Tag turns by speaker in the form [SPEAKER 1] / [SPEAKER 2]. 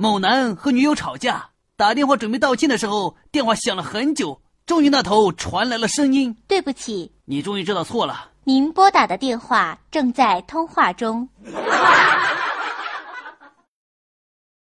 [SPEAKER 1] 某男和女友吵架，打电话准备道歉的时候，电话响了很久，终于那头传来了声音
[SPEAKER 2] 对不起，：“
[SPEAKER 1] 你终于知道错了。
[SPEAKER 2] 您拨打的电话正在通话中。”